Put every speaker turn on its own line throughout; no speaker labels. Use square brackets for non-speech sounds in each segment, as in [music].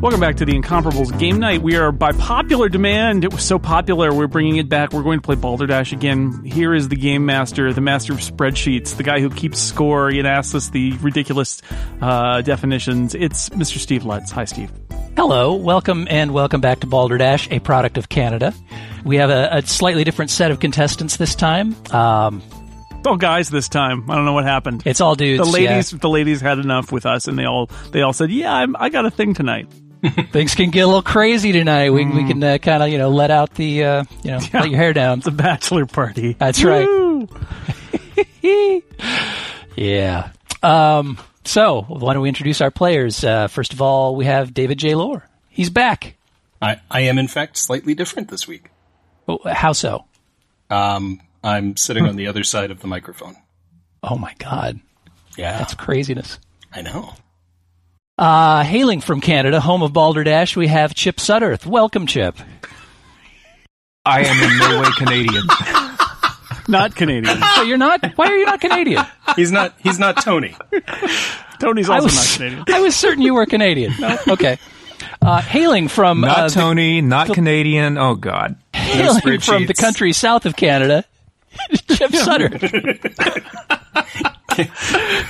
Welcome back to the Incomparables Game Night. We are by popular demand. It was so popular, we're bringing it back. We're going to play Balderdash again. Here is the game master, the master of spreadsheets, the guy who keeps score and asks us the ridiculous uh, definitions. It's Mr. Steve Lutz. Hi, Steve.
Hello, welcome and welcome back to Balderdash, a product of Canada. We have a, a slightly different set of contestants this time. Um,
It's all guys this time. I don't know what happened.
it's all dudes.
the ladies,
yeah.
the ladies had enough with us, and they all they all said, "Yeah, I'm, I got a thing tonight."
Things can get a little crazy tonight. We,
Mm.
we can uh, kind of, you know, let out the, uh,
[laughs]
you know, let your hair down.
It's a bachelor party.
That's right.
Woo!
Yeah. Um, so, why don't we introduce our players? Uh, first of all, we have David J. Lohr. He's back.
I, I am in fact slightly different this week.
Oh, how so?
Um, I'm sitting on the other side of the microphone.
Oh, my God.
Yeah,
That's craziness.
I know.
Uh, hailing from Canada, home of Balderdash, we have Chip Sutterth.
[laughs]
Welcome, Chip.
I am in no way
[laughs]
Canadian.
Not
[laughs]
Canadian.
So you're not? Why are you not Canadian?
He's not. He's not Tony.
Tony's
I
also
was,
not
[laughs]
Canadian.
I was certain you were Canadian. No? Okay. Uh, hailing from
Not
uh, the-
Tony, not Canadian. Oh God.
hailing from the
spreadsheets.
country south of Canada, [laughs] Chip Sutter.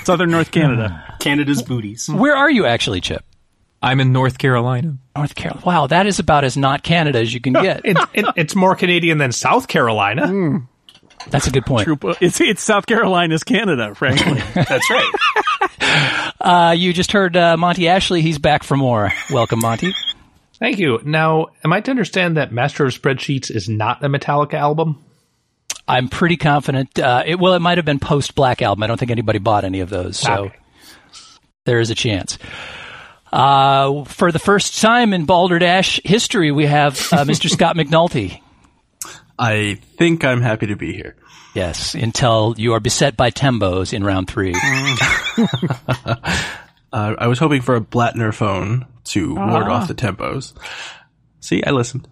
Southern North
[laughs]
Canada.
Canada's booties.
Where are you actually, Chip?
I'm in North Carolina.
North Carolina. Wow, that is about as not Canada as you can get.
it, it, it's more Canadian than South Carolina.
Mm.
That's a good point.
It's it's South Carolina's Canada, frankly.
That's right.
Uh, you just heard uh, Monty Ashley. He's back for more. Welcome, Monty.
Thank you. Now, am I to understand that Master of Spreadsheets is not a Metallica album?
I'm pretty confident. Uh, it, well, it might have been post Black Album. I don't think anybody bought any of those, so
Okay.
there is a chance. Uh, for the first time in Balderdash history, we have uh, Mr. Scott McNulty.
I think I'm happy to be here.
Yes, until you are beset by Tembos in round three.
Uh, I was hoping for a Blattner phone to ward off the tempos. See, I listened.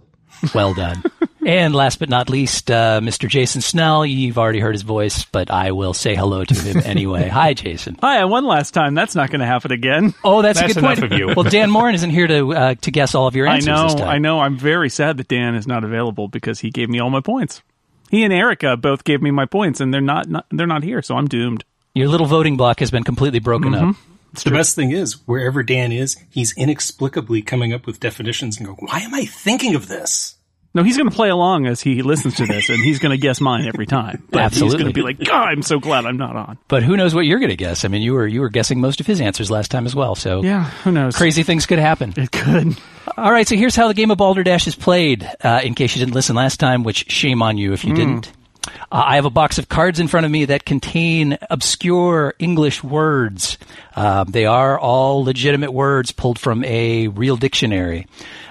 Well done. and last but not least, uh, Mr. Jason Snell. You've already heard his voice, but I will say hello to him anyway. Hi, Jason.
Hi, I won last time. That's not going to happen again.
Oh, that's,
That's
a good point.
enough of you.
Well, Dan Morin isn't here to uh, to guess all of your
I
answers.
know.
This time.
I know. I'm very sad that Dan is not available because he gave me all my points. He and Erica both gave me my points, and they're not, not they're not here, so I'm doomed.
Your little voting block has been completely broken up.
the best thing is, wherever Dan is, he's inexplicably coming up with definitions and going, "Why am I thinking of this?"
No, he's going to play along as he listens to this, and he's going to guess mine every time. But
Absolutely.
he's going to be like, "God, I'm so glad I'm not on."
But who knows what you're going to guess? I mean, you were you were guessing most of his answers last time as well. So
Yeah, who knows?
crazy things could happen.
It could.
All right, so here's how the game of Balderdash is played. Uh, in case you didn't listen last time, which shame on you if you didn't. Uh, I have a box of cards in front of me that contain obscure English words. Uh, they are all legitimate words pulled from a real dictionary.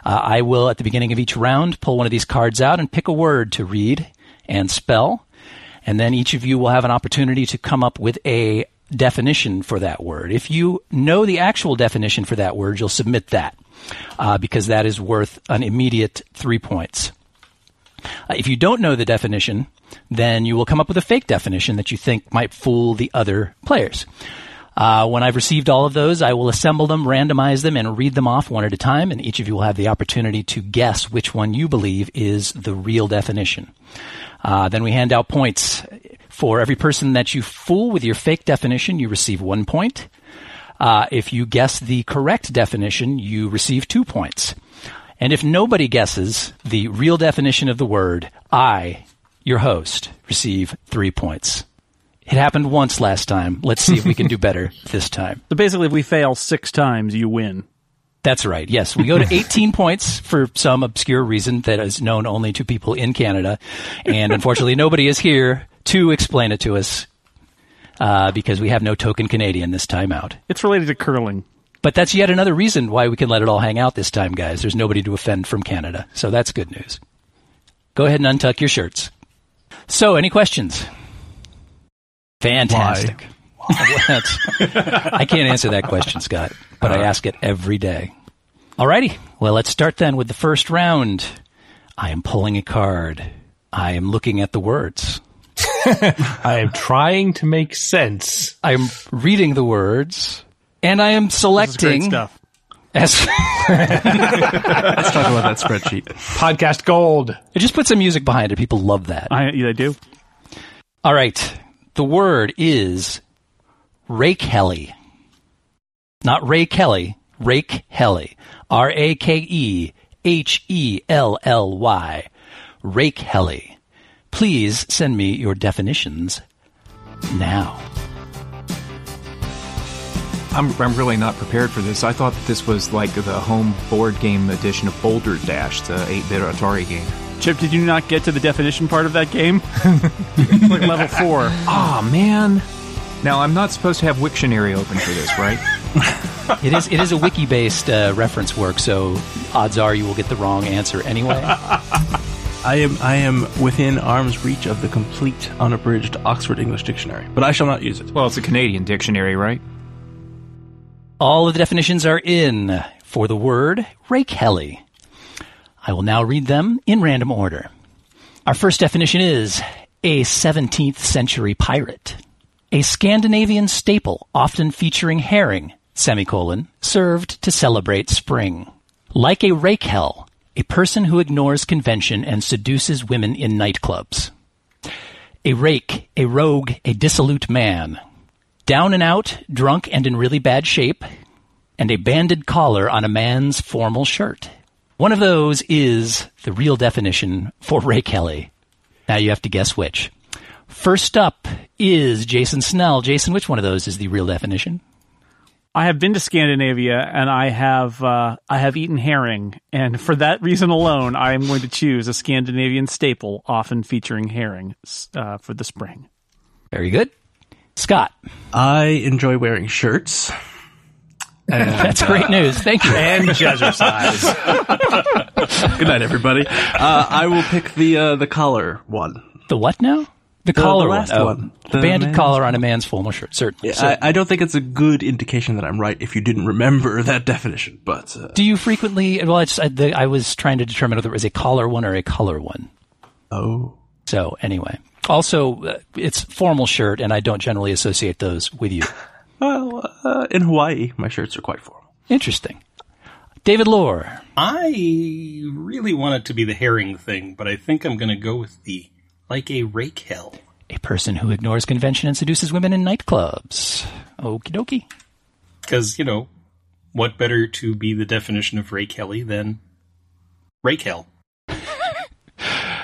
Uh, I will, at the beginning of each round, pull one of these cards out and pick a word to read and spell. And then each of you will have an opportunity to come up with a definition for that word. If you know the actual definition for that word, you'll submit that uh, because that is worth an immediate three points. Uh, if you don't know the definition, then you will come up with a fake definition that you think might fool the other players. Uh, when I've received all of those, I will assemble them, randomize them, and read them off one at a time, and each of you will have the opportunity to guess which one you believe is the real definition. Uh, then we hand out points. For every person that you fool with your fake definition, you receive one point. Uh, if you guess the correct definition, you receive two points. And if nobody guesses the real definition of the word, I, your host, receive three points. It happened once last time. Let's see if we can do better this time.
So basically, if we fail six times, you win.
That's right. Yes, we go to 18 points for some obscure reason that is known only to people in Canada, and unfortunately, nobody is here to explain it to us uh, because we have no token Canadian this time out.
It's related to curling.
But that's yet another reason why we can let it all hang out this time, guys. There's nobody to offend from Canada. So that's good news. Go ahead and untuck your shirts. So, any questions? Fantastic. That's- I can't answer that question, Scott, but
Uh-huh.
I ask it every day. Alrighty. Well, let's start then with the first round. I am pulling a card. I am looking at the words.
I am trying to make sense.
I'm reading the words, and I am
This is great
selecting
stuff.
As, [laughs]
Let's talk about that
[laughs]
spreadsheet.
Podcast gold.
just put some music behind it. People love that.
I, yeah, I do.
All right. The word is Rake Helly. Not Ray Kelly, Rake Helly. R A K E H E L L Y. Rake Helly. Please send me your definitions now.
I'm, I'm really not prepared for this. I thought that this was like the home board game edition of Boulder Dash, the 8 bit Atari game.
Chip, did you not get to the definition part of that game? like level four.
Ah, man. Now, I'm not supposed to have Wiktionary open for this, right?
It is it is a wiki based uh, reference work, so odds are you will get the wrong answer anyway.
I am I am within arm's reach of the complete unabridged Oxford English Dictionary, but I shall not use it.
well, it's a Canadian dictionary, right?
All of the definitions are in for the word rake helly. I will now read them in random order. Our first definition is a 17th century pirate. A Scandinavian staple often featuring herring, semicolon, served to celebrate spring. Like a rake hell, a person who ignores convention and seduces women in nightclubs. A rake, a rogue, a dissolute man. Down and out, drunk and in really bad shape, and a banded collar on a man's formal shirt. One of those is the real definition for Ray Kelly. Now you have to guess which. First up is Jason Snell. Jason, which one of those is the real definition?
I have been to Scandinavia and I have uh, I have eaten herring, and for that reason alone, I am going to choose a Scandinavian staple, often featuring herring, s- uh, for the spring.
Very good.
[laughs]
Scott,
I enjoy wearing shirts. [laughs]
that's great news. Thank you.
And jazzercise.
Good night, everybody. Uh, I will pick the uh, the collar one.
The what now? The,
the
collar
last
one. Oh,
one.
The
The
banded
man's-
collar on a man's formal shirt, certainly. So,
I, I don't think it's a good indication that I'm right if you didn't remember that definition, but uh,
do you frequently? Well, I, just, I, the, I was trying to determine whether it was a collar one or a color one.
oh,
So anyway, also uh, it's formal shirt, and I don't generally associate those with you.
well, uh, in Hawaii, my shirts are quite formal.
Interesting. David Lohr.
I really want it to be the herring thing, but I think I'm going to go with the like a rake hell.
A person who ignores convention and seduces women in nightclubs. Okie dokie.
Because, you know, what better to be the definition of rake helly than rake hell?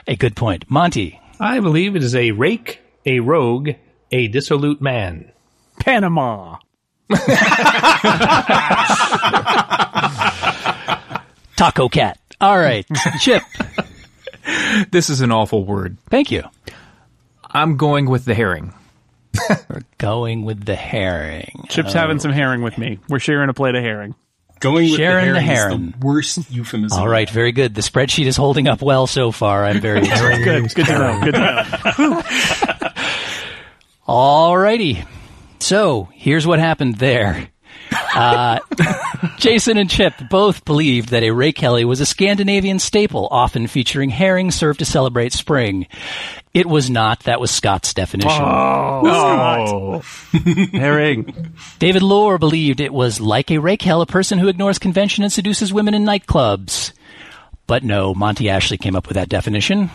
A good point. Monty.
I believe it is a rake, a rogue, a dissolute man.
Panama.
Taco cat. All right. Chip.
This is an awful word.
Thank you.
I'm going with the herring.
Going with the herring.
Chip's having some herring with me. We're sharing a plate of herring.
Going with
Sharon the
the herring is
heron.
the worst euphemism.
All right. Very good. The spreadsheet is holding up well so far. I'm very excited.
Good, good to know. Good to know.
All righty. So here's what happened there. Uh, Jason and Chip both believed that a Ray Kelly was a Scandinavian staple, often featuring herring served to celebrate spring. It was not. That was Scott's definition.
Herring.
David Lohr believed it was like a rake hell, a person who ignores convention and seduces women in nightclubs. But no, Monty Ashley came up with that definition.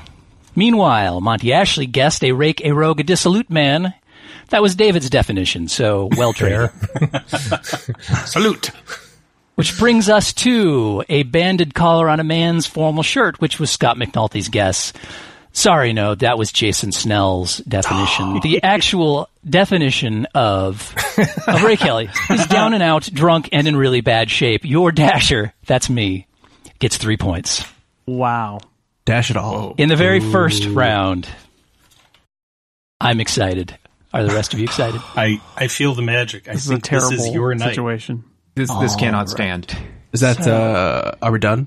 Meanwhile, Monty Ashley guessed a rake, a rogue, a dissolute man. That was David's definition, so well traded.
Salute.
Which brings us to a banded collar on a man's formal shirt, which was Scott McNulty's guess. Sorry, no, that was Jason Snell's definition. the actual definition of, of Ray Kelly is down and out, drunk, and in really bad shape. Your dasher, that's me, gets three points
Wow.
Dash it all.
in the very first round. I'm excited. Are the rest of you excited?
I, I feel the magic. I
This is a
think
terrible
this is your night.
situation.
This, this cannot stand.
Is that, uh, are we done?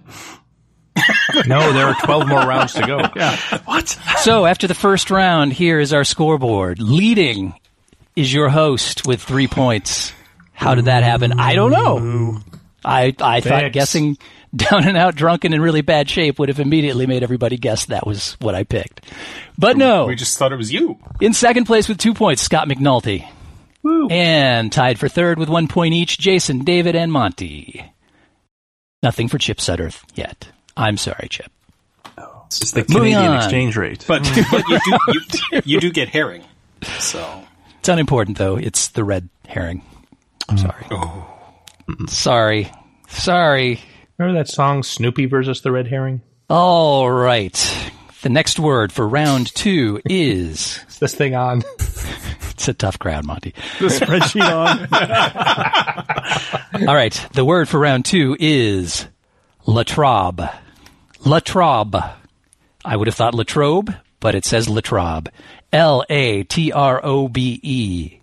No, there are 12 more rounds to go.
So after the first round, here is our scoreboard. Leading is your host with three points. How did that happen? I don't know. I I thought
Thanks.
guessing down and out, drunken, and really bad shape would have immediately made everybody guess that was what I picked. But no,
We just thought it was you.
in second place with two points, Scott McNulty. And tied for third with one point each, Jason, David, and Monty. Nothing for Chip Sutterth yet. I'm sorry, Chip.
It's the
Moving
Canadian
on.
exchange rate.
[laughs]
But, but you, do, you, you do get herring. So
It's unimportant, though. It's the red herring. I'm sorry. Sorry. Sorry.
Remember that song Snoopy versus the Red Herring?
All right. The next word for round two is. [laughs]
It's this thing on.
It's a tough crowd, Monty.
The spreadsheet on.
All right. The word for round two is latrobe. Latrobe. I would have thought latrobe, but it says latrobe. L A T R O B E.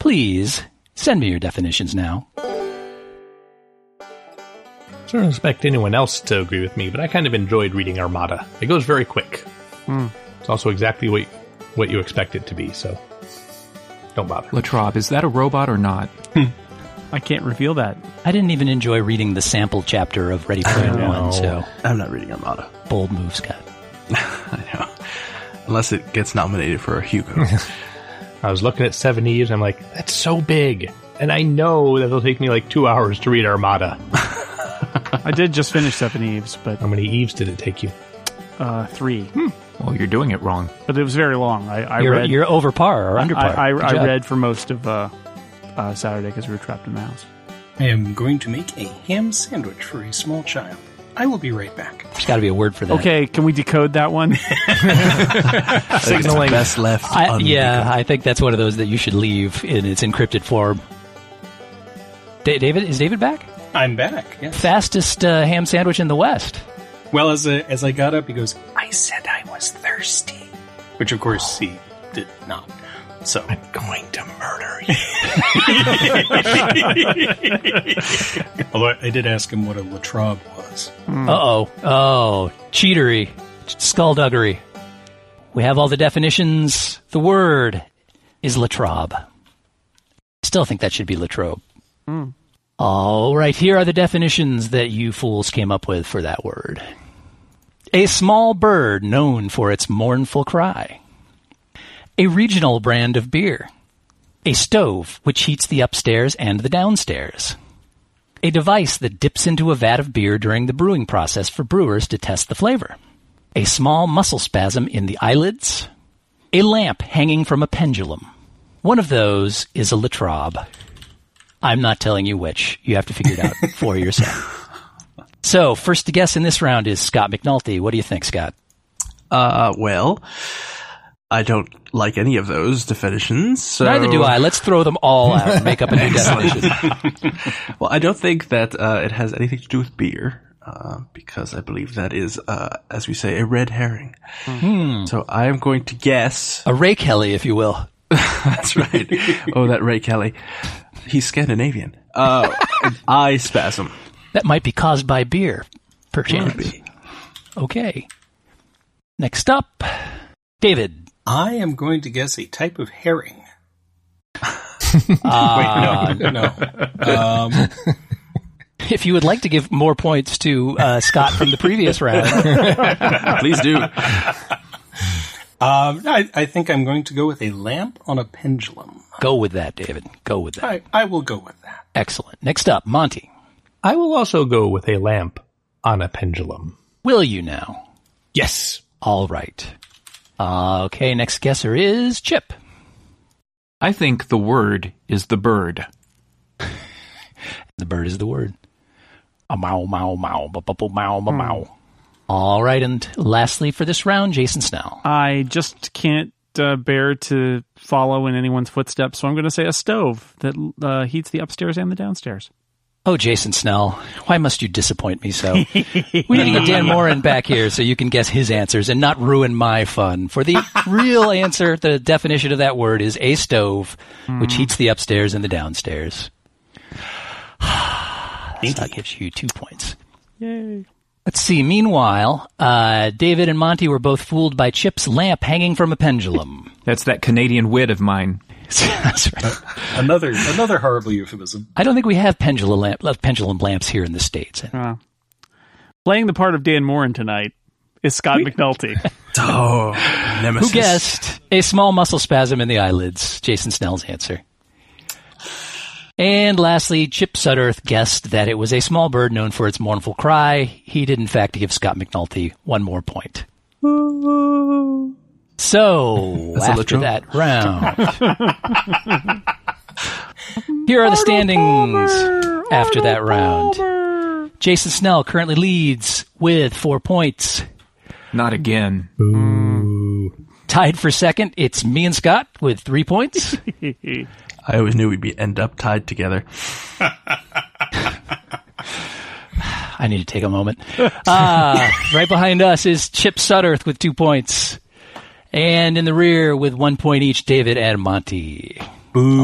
Please send me your definitions now.
I don't expect anyone else to agree with me, but I kind of enjoyed reading Armada. It goes very quick. It's also exactly what what you expect it to be, so don't bother.
Latrobe, is that a robot or not?
I can't reveal that.
I didn't even enjoy reading the sample chapter of Ready Player One, so
I'm not reading Armada.
bold move, Scott.
I know. Unless it gets nominated for a [laughs] Hugo.
I was looking at Seven Eves, and I'm like, that's so big, and I know that it'll take me like two hours to read Armada.
I did just finish Seven Eves, but
How many Eves did it take you?
uh, three.
Well, you're doing it wrong.
But it was very long. I, I
You're,
read.
you're over par or under par.
I, I,
Good
I
job.
read for most of uh, uh, Saturday because we were trapped in the house.
I am going to make a ham sandwich for a small child. I will be right back.
There's got to be a word for that.
Okay, can we decode that
[laughs]
one?
Signaling best left.
I,
un-
yeah, I think that's one of those that you should leave in its encrypted form. Da- David is David back?
I'm back. Yes.
Fastest uh, ham sandwich in the West.
Well, as I, as I got up, he goes, "I said I was thirsty," which of course he did not. So I'm going to murder you. [laughs] Although I did ask him what a latrobe was.
Uh oh. Oh, cheatery, skullduggery. We have all the definitions. The word is latrobe. Still think that should be latrobe. All right, here are the definitions that you fools came up with for that word. A small bird known for its mournful cry. A regional brand of beer. A stove which heats the upstairs and the downstairs. A device that dips into a vat of beer during the brewing process for brewers to test the flavor. A small muscle spasm in the eyelids. A lamp hanging from a pendulum. One of those is a latrobe. I'm not telling you which. You have to figure it out for yourself. So, first to guess in this round is Scott McNulty. What do you think, Scott?
Uh, well, I don't like any of those definitions. So
Neither do I. Let's throw them all out and make up a new definition.
Well, I don't think that uh, it has anything to do with beer. Uh, because I believe that is, uh, as we say, a red herring. So I am going
[laughs]
to guess.
A Ray Kelly, if you will.
That's right. [laughs] oh, that Ray Kelly. He's Scandinavian. Uh, an eye spasm.
That might be caused by beer, perchance.
Maybe.
Okay. Next up, David.
I am going to guess a type of herring.
Uh,
Wait, no, no. Um,
If you would like to give more points to uh, Scott from the previous round,
Please do.
um, I, I think I'm going to go with a lamp on a pendulum.
go with that, David. Go with that.
I, I will go with that.
Excellent. Next up, Monty.
I will also go with a lamp on a pendulum.
Will you now?
Yes.
All right. Uh, okay, next guesser is Chip.
I think the word is the bird.
The bird is the word. A mow, mow, mow, ba ba mow, ma mow. All right, and lastly for this round, Jason Snell.
I just can't uh, bear to follow in anyone's footsteps, so I'm going to say a stove that uh, heats the upstairs and the downstairs.
Oh, Jason Snell, why must you disappoint me so? we need to get Dan Morin back here so you can guess his answers and not ruin my fun. For the real answer, the definition of that word is a stove, which heats the upstairs and the downstairs. so that gives you two points.
Yay!
Let's see. Meanwhile, uh, David and Monty were both fooled by Chip's lamp hanging from a pendulum. [laughs]
That's that Canadian wit of mine.
That's right.
Another another horrible euphemism.
I don't think we have pendulum, lamp, uh, pendulum lamps here in the States.
Playing the part of Dan Morin tonight is
[laughs]
Scott McNulty.
Oh, nemesis.
Who guessed a small muscle spasm in the eyelids? Jason Snell's answer. And lastly, Chip Sutterth guessed that it was a small bird known for its mournful cry. He did, in fact, give Scott McNulty one more point. So, after that round, here are the standings after that round. Jason Snell currently leads with four points.
Not again.
Tied for second, it's me and Scott with three points.
I always knew we'd be end up tied together.
I need to take a moment. Uh, right behind us is Chip Sutterth with two points. And in the rear with one point each, David and Monty. Boo.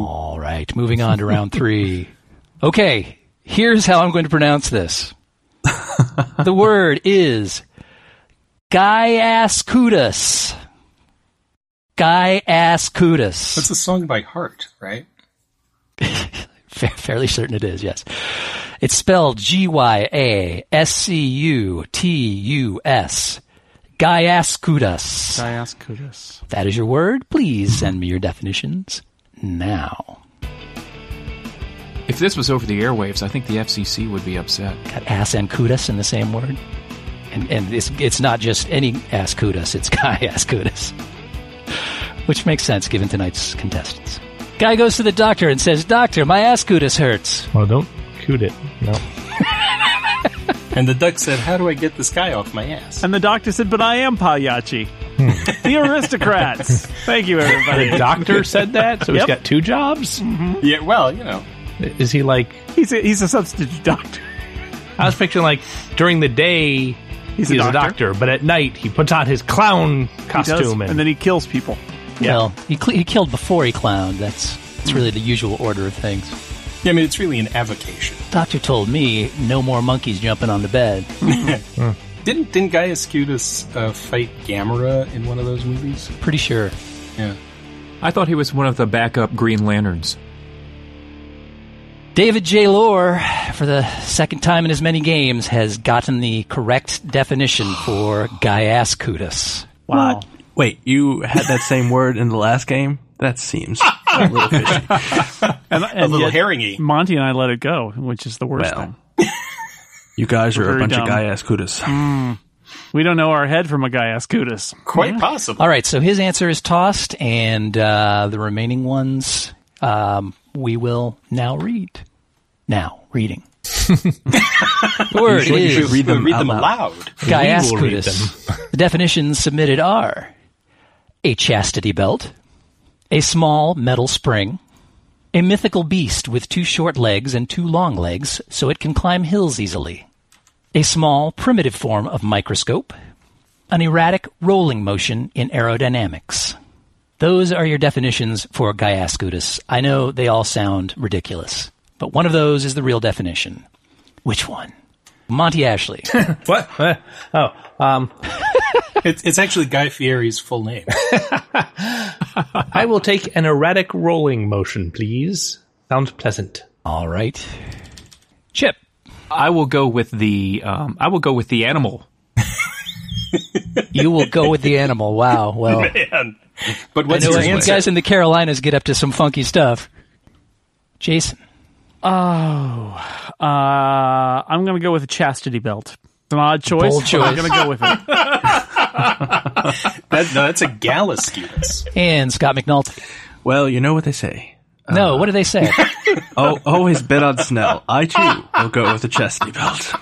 All right, moving on to round three. Okay, here's how I'm going to pronounce this. the word is Gaiascutus. Gaiascutus.
That's a song by Heart, right?
Fa- fairly certain it is, yes. It's spelled G Y A S C U T U S. Gyascutus.
Diascutus.
That is your word. Please send me your definitions now.
If this was over the airwaves, I think the FCC would be upset.
Got ass and kudas in the same word. And, and it's, it's not just any ass kudas, it's [laughs] guy ass kudas. Which makes sense given tonight's contestants. Guy goes to the doctor and says, Doctor, my ass kudas hurts.
Well, don't coot it. No.
And the duck said, How do I get this guy off my ass?
And the doctor said, "But I am Pagliacci,
Hmm.
the
[laughs]
aristocrats." Thank you, [laughs]
The
everybody.
doctor said that, so he's
Yep.
got two jobs?
Yeah, well, you know.
Is he like.
He's a, he's a substitute doctor.
I was picturing like during the day he's, a, doctor. but at night he puts on his clown
He does,
costume and,
and then he kills people.
Well, he, cl- he killed before he clowned. That's, that's really the usual order of things.
Yeah, I mean, it's really an avocation.
Doctor told me no more monkeys jumping on the bed.
Didn't didn't Guy Escutis uh, fight Gamera in one of those movies?
Pretty sure.
Yeah.
I thought he was one of the backup Green Lanterns.
David J. Lore, for the second time in as many games, has gotten the correct definition for Gyascutus.
Wow.
Wait, you had that same [laughs] word in the last game? That seems a little fishy.
And, and
A little
yet
herringy.
Monty and I let it go, which is the worst
Well.
thing.
You guys are
Very
a bunch
dumb.
of guy ass kudos.
We don't know our head from a guy ascutus.
Quite possible.
All right, so his answer is tossed, and uh, the remaining ones um, we will now read. Now, reading.
[laughs]
the word
sure you
is
should read them out
aloud.
We will read
Gyascutus. [laughs] The definitions submitted are a chastity belt, a small metal spring, a mythical beast with two short legs and two long legs so it can climb hills easily, a small primitive form of microscope, an erratic rolling motion in aerodynamics. Those are your definitions for Gyascutus. I know they all sound ridiculous, but one of those is the real definition. Which one? Monty Ashley.
what? Eh, Oh,
It's, it's actually Guy Fieri's full name.
I will take an erratic rolling motion, please. Sounds pleasant.
All right. Chip.
I will go with the um, I will go with the animal.
You will go with the animal. Wow. Well,
But
[laughs] I
what's
know
your
you
answer?
guys in the Carolinas get up to some funky stuff. Jason.
Uh, I'm going to go with a chastity belt. It's an odd choice.
Bold
but I'm going to go with it.
That, no, that's
[laughs]
a Galascutis.
And Scott McNulty.
Well, you know what they say.
No, what do
[laughs]
they say?
Oh, always bet on Snell. I too will go with the chastity belt.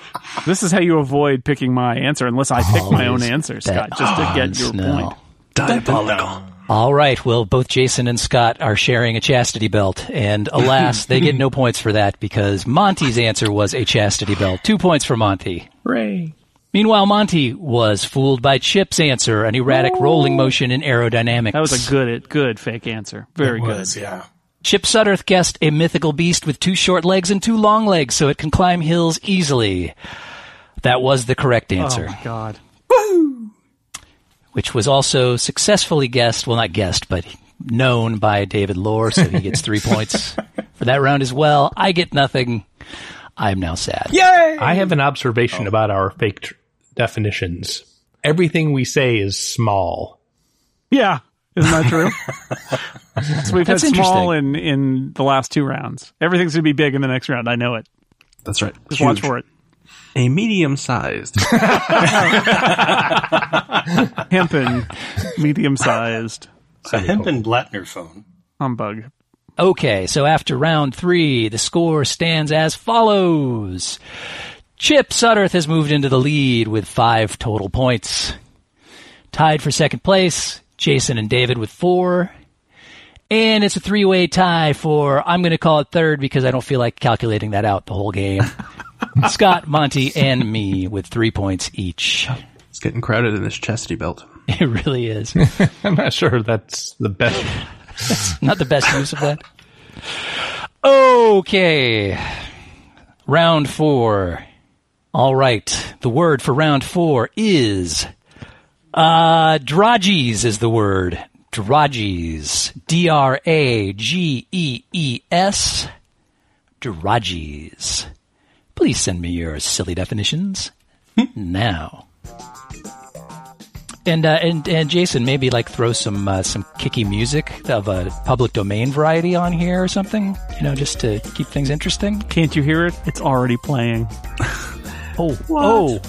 This is how you avoid picking my answer, unless I pick my own answer, Scott, just to get your point.
Diabolical.
All right. Well, both Jason and Scott are sharing a chastity belt. And alas, they get no points for that because Monty's answer was a chastity belt. Two points for Monty.
Ray.
Meanwhile, Monty was fooled by Chip's answer, an erratic rolling motion in aerodynamics.
That was a good, good fake answer. Very good.
Was, yeah.
Chip Sutterth guessed a mythical beast with two short legs and two long legs so it can climb hills easily. That was the correct answer,
God.
which was also successfully guessed, well, not guessed, but known by David Lore, so he gets three points for that round as well. I get nothing. I'm now sad.
I have an observation about our fake tr- definitions. Everything we say is small.
Yeah. Isn't that true? so we've
That's
had small in in the last two rounds. Everything's going to be big in the next round. I know it.
That's right.
Just watch for it.
A medium sized.
Hempen, medium sized
It's a hempen Blattner phone.
humbug.
Okay, so after round three, the score stands as follows. Chip Sutterth has moved into the lead with five total points. Tied for second place, Jason and David with four. And it's a three way tie for, I'm going to call it third because I don't feel like calculating that out the whole game. Scott, Monty, and me with three points each.
It's getting crowded in this chastity belt.
It really is.
I'm not sure that's the best.
Not the best use of that. [laughs] Okay. Round four. All right. The word for round four is. Uh, Drages is the word. Drages. D R A G E E S. Drages. Please send me your silly definitions Hmm. now. And, uh, and and Jason, maybe like throw some uh, some kicky music of a public domain variety on here or something. You know, just to keep things interesting.
Can't you hear it? It's already playing.
Oh, oh!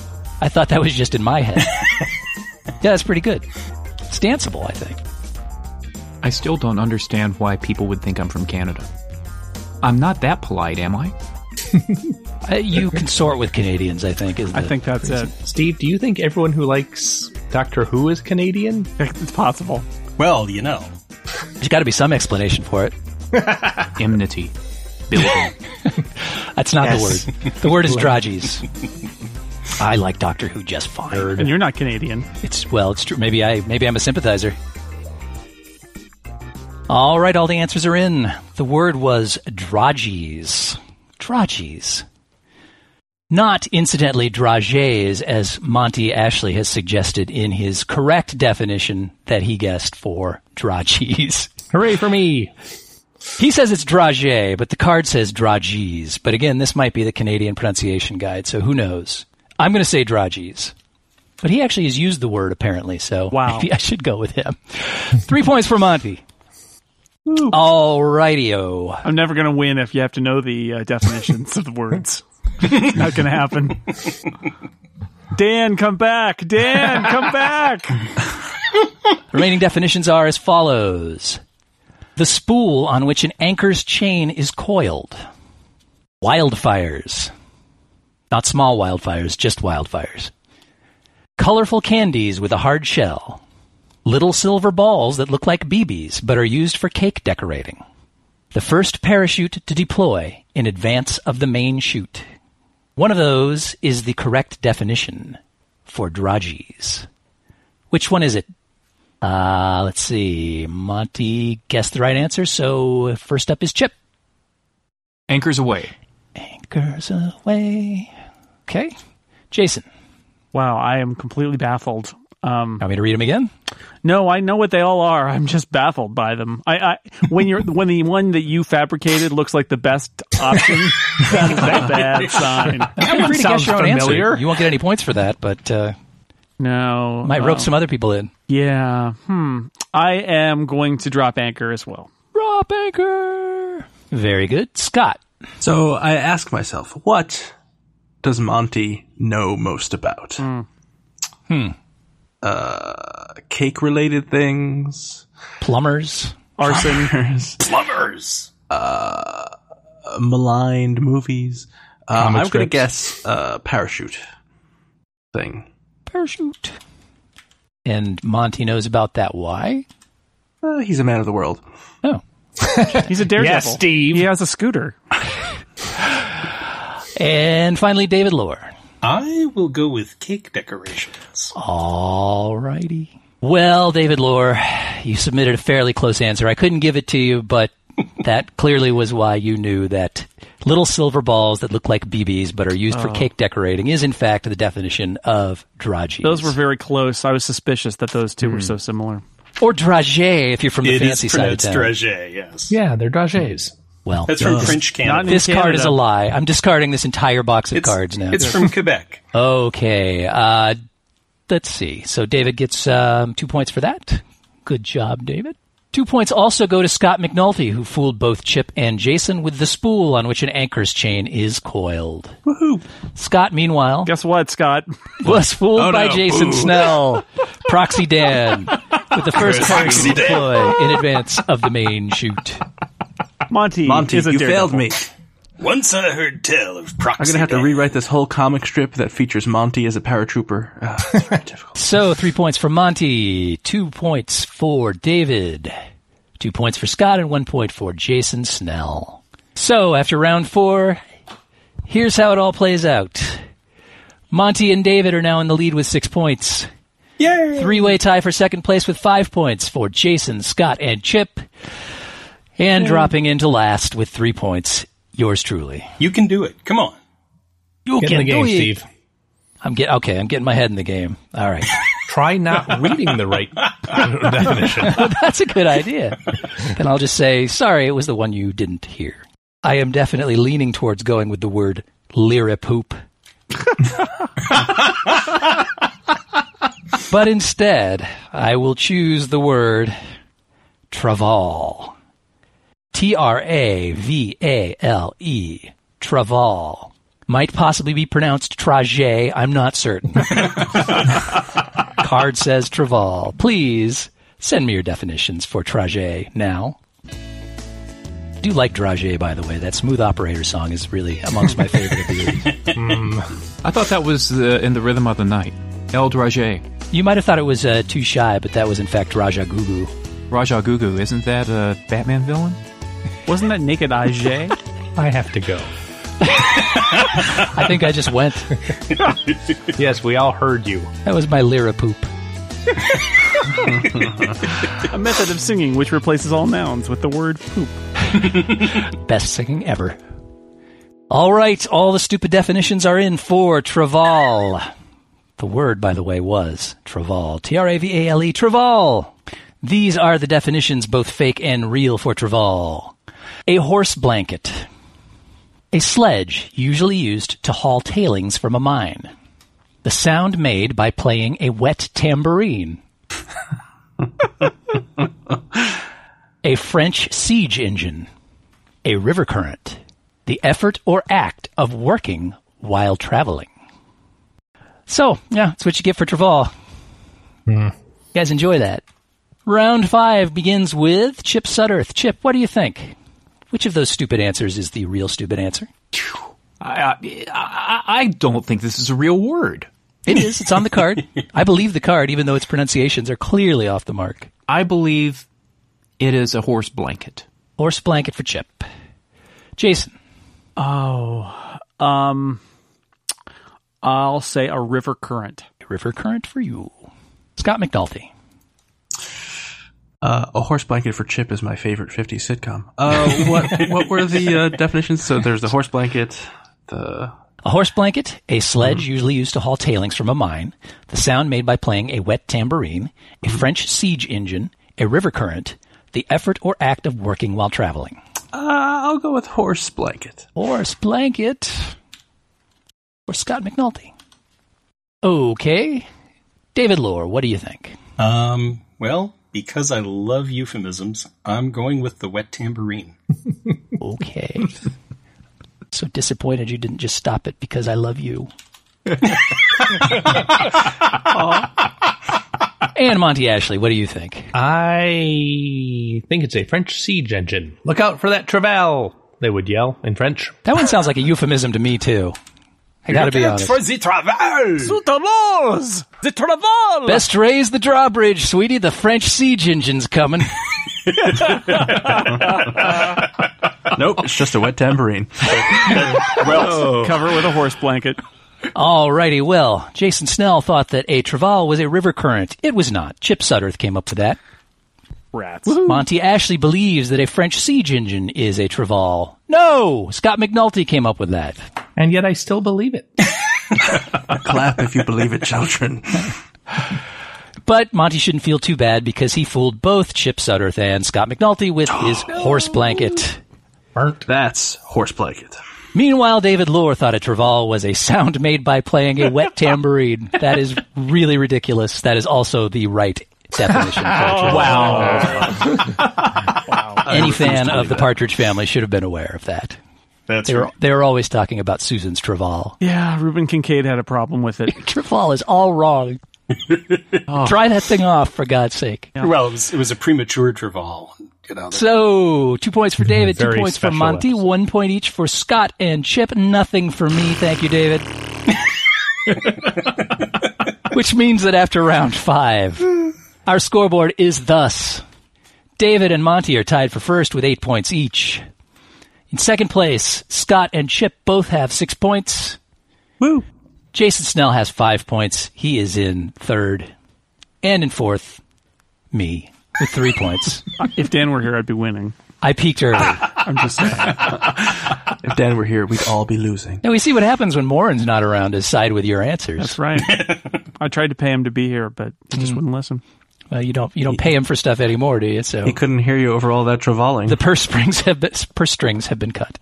I thought that was just in my
[laughs]
head. yeah, that's pretty good. It's danceable, I think.
I still don't understand why people would think I'm from Canada. I'm not that polite, am I?
Uh, you consort with Canadians, I think. Is the,
I think that's it.
Steve, do you think everyone who likes Doctor Who is Canadian?
It's possible.
Well, you know.
there's got to be some explanation for it.
Enmity. Building.
That's not the word. The
[laughs]
word is drages. I like Doctor Who just fine.
And you're not Canadian.
It's well, it's true. Maybe I maybe I'm a sympathizer. All right, all the answers are in. The word was drages. Drages. Not incidentally drages as Monty Ashley has suggested in his correct definition that he guessed for drages.
Hooray for me!
He says it's dragé, but the card says dragees. But again, this might be the Canadian pronunciation guide, so who knows? I'm going to say dragees. But he actually has used the word apparently, so [laughs]
Wow.
maybe I should go with him. Three points for Monty. Alrighty-o.
I'm never going to win if you have to know the uh, definitions of the words. [laughs] not going to happen. Dan, come back. Dan, come back.
The remaining definitions are as follows. The spool on which an anchor's chain is coiled. Wildfires. Not small wildfires, just wildfires. Colorful candies with a hard shell. Little silver balls that look like BBs but are used for cake decorating. The first parachute to deploy in advance of the main chute. One of those is the correct definition for drages. Which one is it? Uh, let's see. Monty guessed the right answer, so first up is Chip.
Anchors away.
Anchors away. Okay. Jason,
Wow, I am completely baffled. Um,
want me to read them again?
no, I know what they all are. I'm just baffled by them. I, I when you're when the one that you fabricated looks like the best option, that is a bad sign.
Feel free to
sounds familiar.
answer. You won't get any points for that, but uh,
No,
might
uh,
Oh.
rope some other people in.
Yeah, hmm. I am going to drop anchor as well.
Rob anchor. Very good. Scott.
So I ask myself, what does Monty know most about?
Hmm.
Uh, cake related things,
Plumbers.
Arson.
[laughs]
Plumbers!
uh, maligned movies. Uh,
Comic
I'm going to
strips.
guess uh, parachute thing.
Parachute. And Monty knows about that. Why?
Uh, he's a man of the world.
Oh.
He's a daredevil.
Yes, Steve.
He has a scooter.
And finally, David Lohr.
I will go with cake decorations.
Alrighty. Well, David Lohr, you submitted a fairly close answer. I couldn't give it to you,
[laughs]
but that clearly was why you knew that little silver balls that look like BBs but are used
Oh.
for cake decorating is, in fact, the definition of dragées.
Those were very close. I was suspicious that those two were
Hmm.
so similar.
or dragée if you're from the
It is
fancy side of
pronounced
town.
dragé, yes.
Yeah, they're drages.
well,
That's from French Canada.
Not
this card is a
Canada.
lie. I'm discarding this entire box of
it's,
cards now.
It's
[laughs]
from Quebec.
Okay. Uh, let's see. So David gets um, two points for that. Good job, David. Two points also go to Scott McNulty, who fooled both Chip and Jason with the spool on which an anchor's chain is coiled. Woohoo! Scott, meanwhile,
Guess what, Scott?
was fooled by
Oh, no.
Jason
Ooh.
Snell, Proxy Dan, with the
[laughs]
first card to deploy in advance of the main shoot. [laughs]
Monty,
Monty,
is a
you
daredevil.
failed me.
Once I heard tell of
I'm
Proxy.
gonna have to
Dan.
rewrite this whole comic strip that features Monty as a paratrooper. Ah, it's very difficult.
So three points for Monty, two points for David, two points for Scott, and one point for Jason Snell. So after round four, here's how it all plays out. Monty and David are now in the lead with six points. Yay! Three way tie for second place with five points for Jason, Scott, and Chip. And dropping into last with three points, yours truly.
You can do it. Come on.
You
Get in the game, Steve.
I'm get okay. I'm getting my head in the game. All right,
Try not reading the right definition.
[laughs] That's a good idea. then I'll just say, sorry, it was the one you didn't hear. I am definitely leaning towards going with the word liripoop. [laughs] but instead, I will choose the word traval. T R A V A L E. Traval. Might possibly be pronounced trajet. I'm not certain card says Traval. Please send me your definitions for trajet now. Do like Dragé, by the way. That smooth operator song is really amongst my favorite of the year.
I thought that was the, in the rhythm of the night. El Drage.
You might have thought it was uh, Too Shy, but that was in fact Raja Gugu.
Raja Gugu, isn't that a Batman villain?
[laughs] Wasn't that Naked Eye Jay?
I have to go.
I think I just went.
Yes, we all heard you.
That was my Lyra poop.
a method of singing which replaces all nouns with the word poop.
Best singing ever. All right, all the stupid definitions are in for Traval. The word, by the way, was Traval. T R A V A L E, Traval. These are the definitions, both fake and real, for Traval a horse blanket, a sledge usually used to haul tailings from a mine, the sound made by playing a wet tambourine, [laughs] a French siege engine a river current, the effort or act of working while traveling. So, yeah, that's what you get for Traval. You guys enjoy that. Round five begins with Chip Sutterth. Chip, what do you think? Which of those stupid answers is the real stupid answer?
I, Uh, I, I I don't think this is a real word.
It is. It's on the card. I believe the card, even though its pronunciations are clearly off the mark.
I believe it is a horse blanket.
Horse blanket for Chip. Jason,
I'll say a river current.
river current for you. Scott McNulty.
Uh, a horse blanket for Chip is my favorite 50s sitcom. [laughs] Uh, what what were the uh, definitions? So there's the horse blanket, the
A horse blanket, a sledge usually used to haul tailings from a mine, the sound made by playing a wet tambourine, a French siege engine, a river current, the effort or act of working while traveling.
uh, I'll go with horse blanket.
Horse blanket. Or Scott McNulty. Okay. David Lore, what do you think?
Um, well, because I love euphemisms, I'm going with the wet tambourine.
Okay. so disappointed you didn't just stop it because I love you. and Monty Ashley, what do you think?
I think it's a French siege engine. Look out for that Travel! They would yell in French.
That one sounds like a euphemism to me too. I gotta
uh,
be honest.
the travel!
The Traval!
Best raise the drawbridge, sweetie. The French siege engine's coming.
Nope, it's just a wet [laughs] tambourine.
Cover with a horse
[laughs]
blanket.
Alrighty, well, Jason Snell thought that a traval was a river current. It was not. Chip Sutterth came up with that.
Rats.
Monty Ashley believes that a French siege engine is a traval. No! Scott McNulty came up with that.
And yet I still believe it.
Clap if you believe it, children.
But Monty shouldn't feel too bad because he fooled both Chip Sutterth and Scott McNulty with his horse blanket.
Burnt.
That's
[laughs]
horse blanket.
Meanwhile, David Lohr thought a traval was a sound made by playing a wet tambourine. That is really ridiculous. That is also the right definition. of Partridge. [laughs] Any fan of the Partridge family should have been aware of that.
That's
They were,
right.
they were always talking about Susan's Traval.
Yeah, Reuben Kincaid had a problem with it.
[laughs] Traval is all wrong. Try that thing off, for God's sake.
Well, it was, it was a premature Draval. You know,
So, two points for David, two
Very
points for
special
Monty,
episode.
one point each for Scott and Chip, nothing for me. Thank you,
[laughs]
David. Which means that after round five, our scoreboard is thus David and Monty are tied for first with eight points each. In second place, Scott and Chip both have six points.
Woo.
Jason Snell has five points. He is in third. And in fourth, me with three points.
If Dan were here, I'd be winning.
I peaked early.
I'm just saying.
If Dan were here, we'd all be losing.
Now we see what happens when Morin's not around to side with your answers.
That's
[laughs]
right. I tried to pay him to be here, but he
Hmm.
just wouldn't listen.
Well, you don't you don't pay him for stuff anymore, do you? So
He couldn't hear you over all that traveling.
the purse strings have been, purse strings have been cut.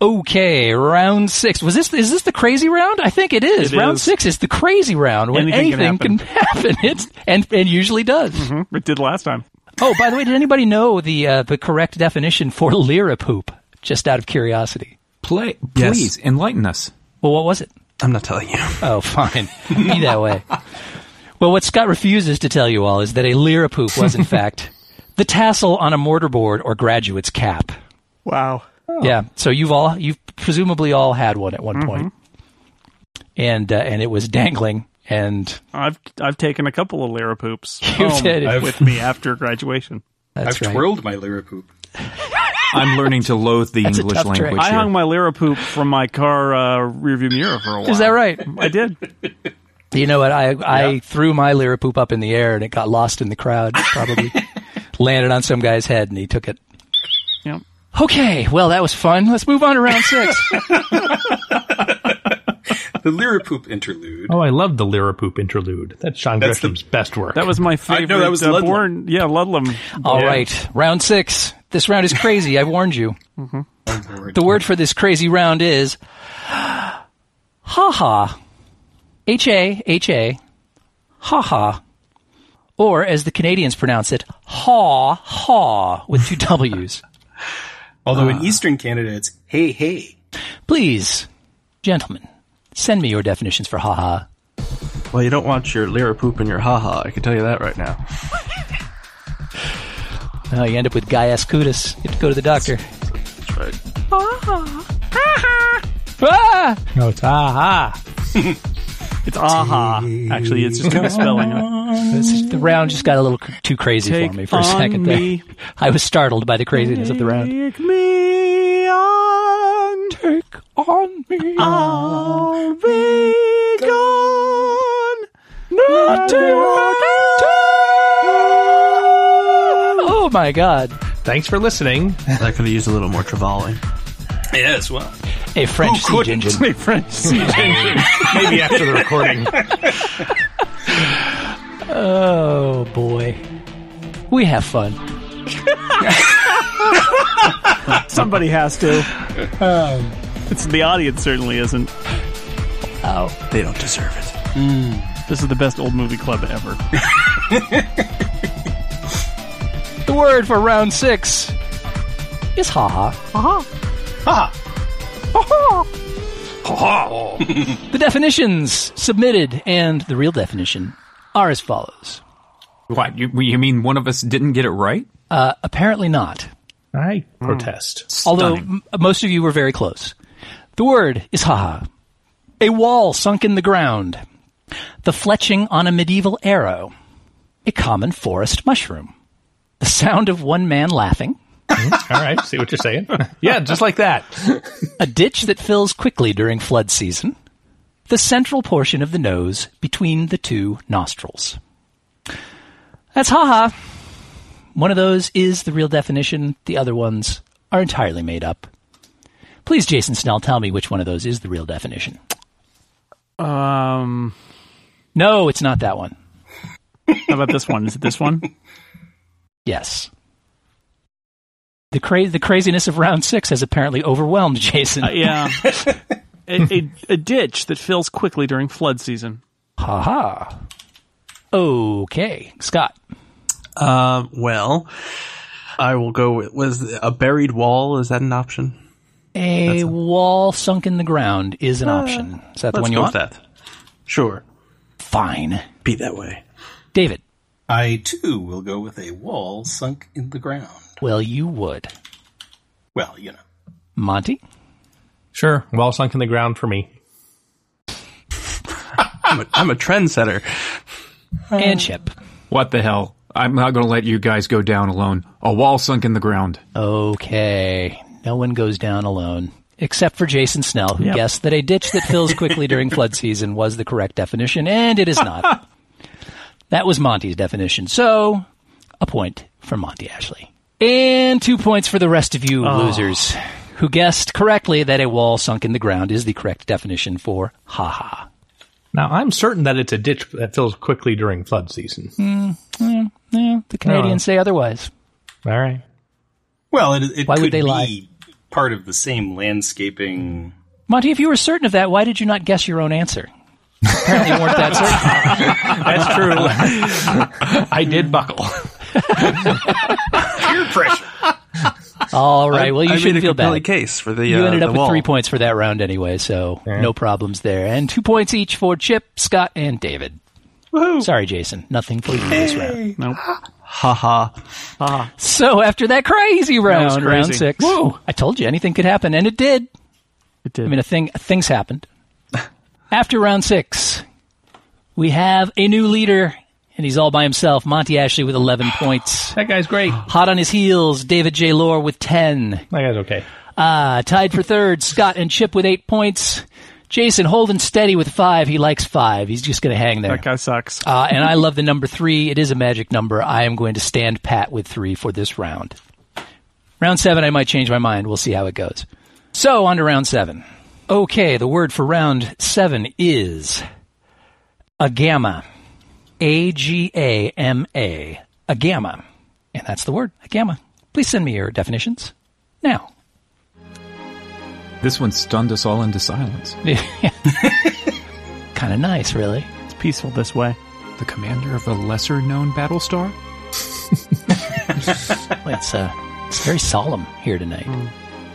Okay, round six. Was this is this the crazy round? I think it is.
It
round
is.
six is the crazy round when
Anything
anything,
can
can [laughs] happen. It's and and usually does.
Hmm? It did last time.
Oh, by the way, did anybody know the uh, the correct definition for lira poop? Just out of curiosity.
Play,
Yes.
please enlighten us.
Well, what was it?
I'm not telling you.
[laughs] Oh, fine. Be that way. Well, what Scott refuses to tell you all is that a lira poop was,
[laughs]
in fact, the tassel on a mortarboard or graduate's cap.
Wow.
Oh.
Yeah. So you've all, you've presumably all had one at one
Mm-hmm.
point. And, uh, and it was dangling. And
I've I've taken a couple of Lyra poops
[laughs] You
home
did. I've-
with me after
[laughs]
graduation.
that's
I've
right.
twirled my Lyra poop.
I'm learning to loathe the
That's a
English
tough trick.
language.
I
here.
hung my Lyra poop from my car uh, rearview mirror for a while.
Is that right?
I did.
You know what? I, I threw my lira poop up in the air and it got lost in the crowd,
[laughs]
probably. Landed on some guy's head and he took it.
Yep.
Okay. Well, that was fun. Let's move on to round
[laughs]
six.
The Lyra poop interlude.
Oh, I love the Lyra Poop interlude. That's Sean
That's the-
Grisham's best work.
That was my favorite.
no, that was
uh,
Ludlam.
born. Yeah, Ludlam.
All right, round six. This round is crazy. I warned you.
Lord.
The word for this crazy round is ha ha, h a h a, ha ha, or as the Canadians pronounce it, haw haw with two W's. [laughs]
Although
ah.
in Eastern Canada, it's hey, hey.
Please, gentlemen, send me your definitions for ha ha.
Well, you don't want your lira poop in your haha. I can tell you that right now.
Oh, you end up with Gaius Cutis. You have to go to the doctor.
That's right.
Ah!
no, it's aha.
It's aha. Actually, it's just a misspelling.
[laughs] This- The round just got a little cr- too crazy
Take
for me for a
on
second
me.
there. [laughs] I was startled by the craziness of the round.
Take me on.
take on me.
I'll be gone.
Oh my god.
Thanks for listening.
I could have used a little more traveling.
Yes, well.
A French siege engine.
My French siege engine.
Maybe after the recording.
Oh boy. We have fun.
Somebody has to.
Um,
It's the audience certainly isn't.
Oh.
They don't deserve it.
Hmm. This is the best old movie club ever.
The word for round six is haha. [laughs] The definitions submitted and the real definition are as follows.
What you, you mean? One of us didn't get it right?
Uh, apparently not.
I protest.
Although m-
Stunning.
most of you were very close. The word is haha. A wall sunk in the ground. The fletching on a medieval arrow. A common forest mushroom. The sound of one man laughing.
All right, see what you're saying. yeah, just like that.
A ditch that fills quickly during flood season. The central portion of the nose between the two nostrils. That's haha. One of those is the real definition, the other ones are entirely made up. Please, Jason Snell, tell me which one of those is the real definition.
Um,
No, it's not that one.
how about this one? Is it this one?
Yes. The, cra- the craziness of round six has apparently overwhelmed Jason.
Uh, yeah. A, a, a ditch that fills quickly during flood season.
Ha ha. Okay, Scott.
Um, well, I will go with was a buried wall. Is that an option?
A wall sunk in the ground is an option. Is that the
Uh, Let's
one you
go
want?
with that. Sure,
Fine.
be that way.
David.
I too will go with a wall sunk in the ground.
Well, you would.
Well, you know.
Monty.
Sure. Well sunk in the ground for me.
I'm a, I'm a trendsetter.
and Chip.
What the hell? I'm not going to let you guys go down alone. A wall sunk in the ground.
Okay. No one goes down alone. Except for Jason Snell, who guessed that a ditch that fills
[laughs]
quickly during flood season was the correct definition, and it is
[laughs]
not. that was Monty's definition. So, a point for Monty Ashley. And two points for the rest of
Oh.
you losers, who guessed correctly that a wall sunk in the ground is the correct definition for haha.
Now, I'm certain that it's a ditch that fills quickly during flood season.
Yeah, the
Oh.
Canadians say otherwise.
All right.
Well, it, it
Why would
could
they
be
lie?
part of the same landscaping.
Monty, if you were certain of that, why did you not guess your own answer? Apparently, you weren't that certain.
[laughs] That's true. I did buckle. [laughs]
All right. Well, you
I made
shouldn't
a
feel
compelling
bad.
case for the
You
uh,
ended
the
up with
wall.
three points for that round anyway, so no problems there. And two points each for Chip, Scott, and David. Sorry, Jason. Nothing for you this round.
Ha ha.
So after that crazy round,
was
round
crazy.
six, I told you anything could happen, and it did.
It did.
I mean, a thing things
[laughs]
happened. After round six, we have a new leader, and he's all by himself. Monty Ashley with 11 points.
That guy's great.
Hot on his heels, David J. Lore with 10.
That guy's okay.
Uh, tied for third, Scott and Chip with eight points. Jason holding steady with five. He likes five. He's just going to hang there.
that guy sucks.
Uh, and I love the number three. It is a magic number. I am going to stand pat with three for this round. Round seven, I might change my mind. We'll see how it goes. So on to round seven. Okay, the word for round seven is a gamma. A G A M A. A gamma. And that's the word, a gamma. Please send me your definitions now.
This one stunned us all into silence.
[laughs] kind of nice, really.
It's peaceful this way.
The commander of a lesser known battle star?
Well, It's uh, it's very solemn here tonight.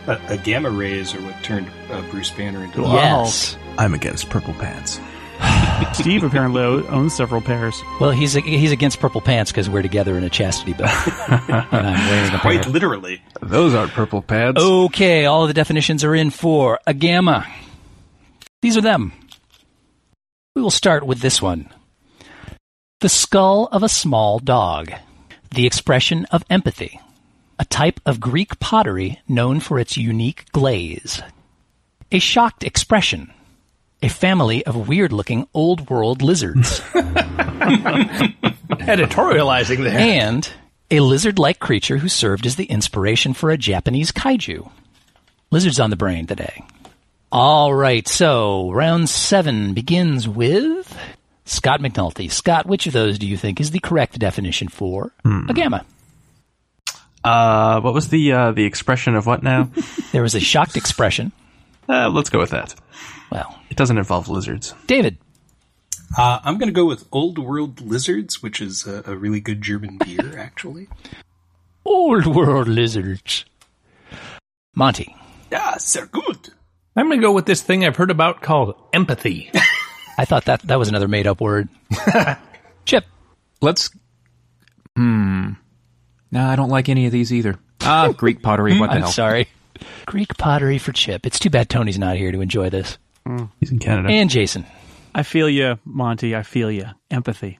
Uh, [laughs] a gamma rays are what turned uh, Bruce Banner into.
Wow.
Yes.
I'm against purple pants.
Steve apparently o- owns several pairs.
Well, he's he's against purple pants because we're together in a chastity belt, and I'm wearing a pair.
Quite literally.
Those aren't purple pads.
Okay, all of the definitions are in for a gamma. These are them. We will start with this one. The skull of a small dog. The expression of empathy. A type of Greek pottery known for its unique glaze. A shocked expression. A family of weird looking old world lizards.
Editorializing there.
and a lizard like creature who served as the inspiration for a Japanese kaiju. Lizards on the brain today. All right, so round seven begins with Scott McNulty. Scott, which of those do you think is the correct definition for a gamma?
Uh, what was the uh, the expression of
[laughs]
what now?
There was a shocked expression.
uh, let's go with that.
Well,
It doesn't involve lizards.
David,
Uh, I'm going to go with Old World Lizards, which is a, a really good German [laughs] beer, actually.
old world lizards. Monty,
Yeah, sehr gut.
I'm going to go with this thing I've heard about called empathy.
I thought that that was another made up word. Chip,
Let's. Hmm. Nah, I don't like any of these either.
[laughs]
Ah, Greek pottery. What the
I'm
hell?
sorry. Greek pottery for Chip. It's too bad Tony's not here to enjoy this.
He's in Canada.
And Jason.
I feel you, Monty. I feel you. Empathy.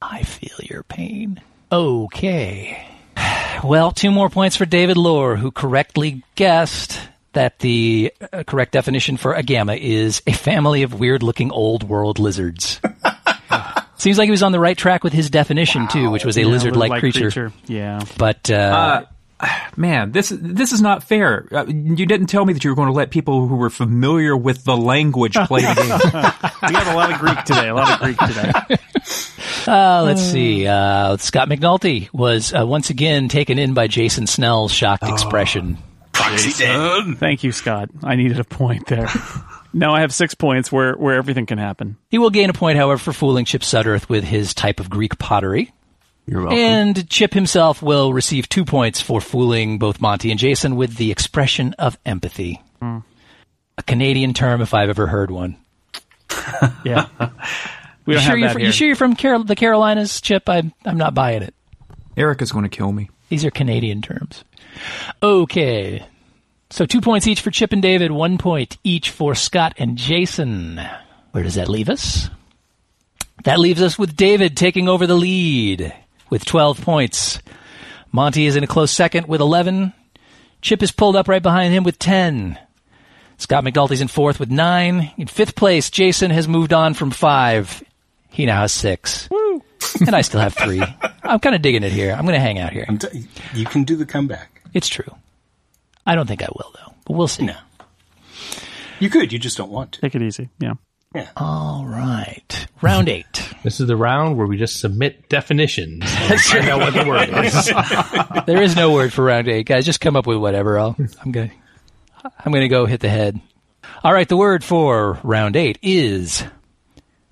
I feel your pain. Okay. Well, two more points for David Lohr, who correctly guessed that the uh, correct definition for a gamma is a family of weird looking old world [laughs] lizards. Seems like he was on the right track with his definition, too, which was a lizard like creature.
Yeah.
But uh,
Man, this this is not fair. Uh, you didn't tell me that you were going to let people who were familiar with the language
[laughs]
play the game.
We have a lot of Greek today. A lot of Greek [laughs] today.
uh, let's see.
Hmm.
Uh,
Ah.
Scott McNulty was uh, once again taken in by Jason Snell's shocked expression.
Foxy Dan.
Thank you, Scott. I needed a point there. now I have six points where, where everything can happen.
He will gain a point, however, for fooling Chip Sutterth with his type of Greek pottery.
You're welcome.
And Chip himself will receive two points for fooling both Monty and Jason with the expression of empathy.
Hmm.
A Canadian term, if I've ever heard one.
Yeah. We don't
you, sure
have
you're
that
fr-
here.
you sure you're from Carol- the Carolinas, Chip? I'm, I'm not buying it.
Erica's going to kill me.
These are Canadian terms. Okay. So two points each for Chip and David, one point each for Scott and Jason. Where does that leave us? That leaves us with David taking over the lead with 12 points. Monty is in a close second with 11. Chip is pulled up right behind him with 10. Scott McNulty's in fourth with 9. In fifth place, Jason has moved on from 5. He now has 6. Woo! and I still have 3. I'm kind of digging it here. I'm going to hang out here.
I'm t- you can do the comeback.
It's true. I don't think I will though, but we'll see.
No. You could, you just don't want to.
Take it easy. Yeah.
All right, round eight. [laughs]
This is the round where we just submit definitions. and Find out what the word [laughs] is.
there is no word for round eight, guys. Just come up with whatever. I'll, I'm gonna, I'm gonna go hit the head. All right, the word for round eight is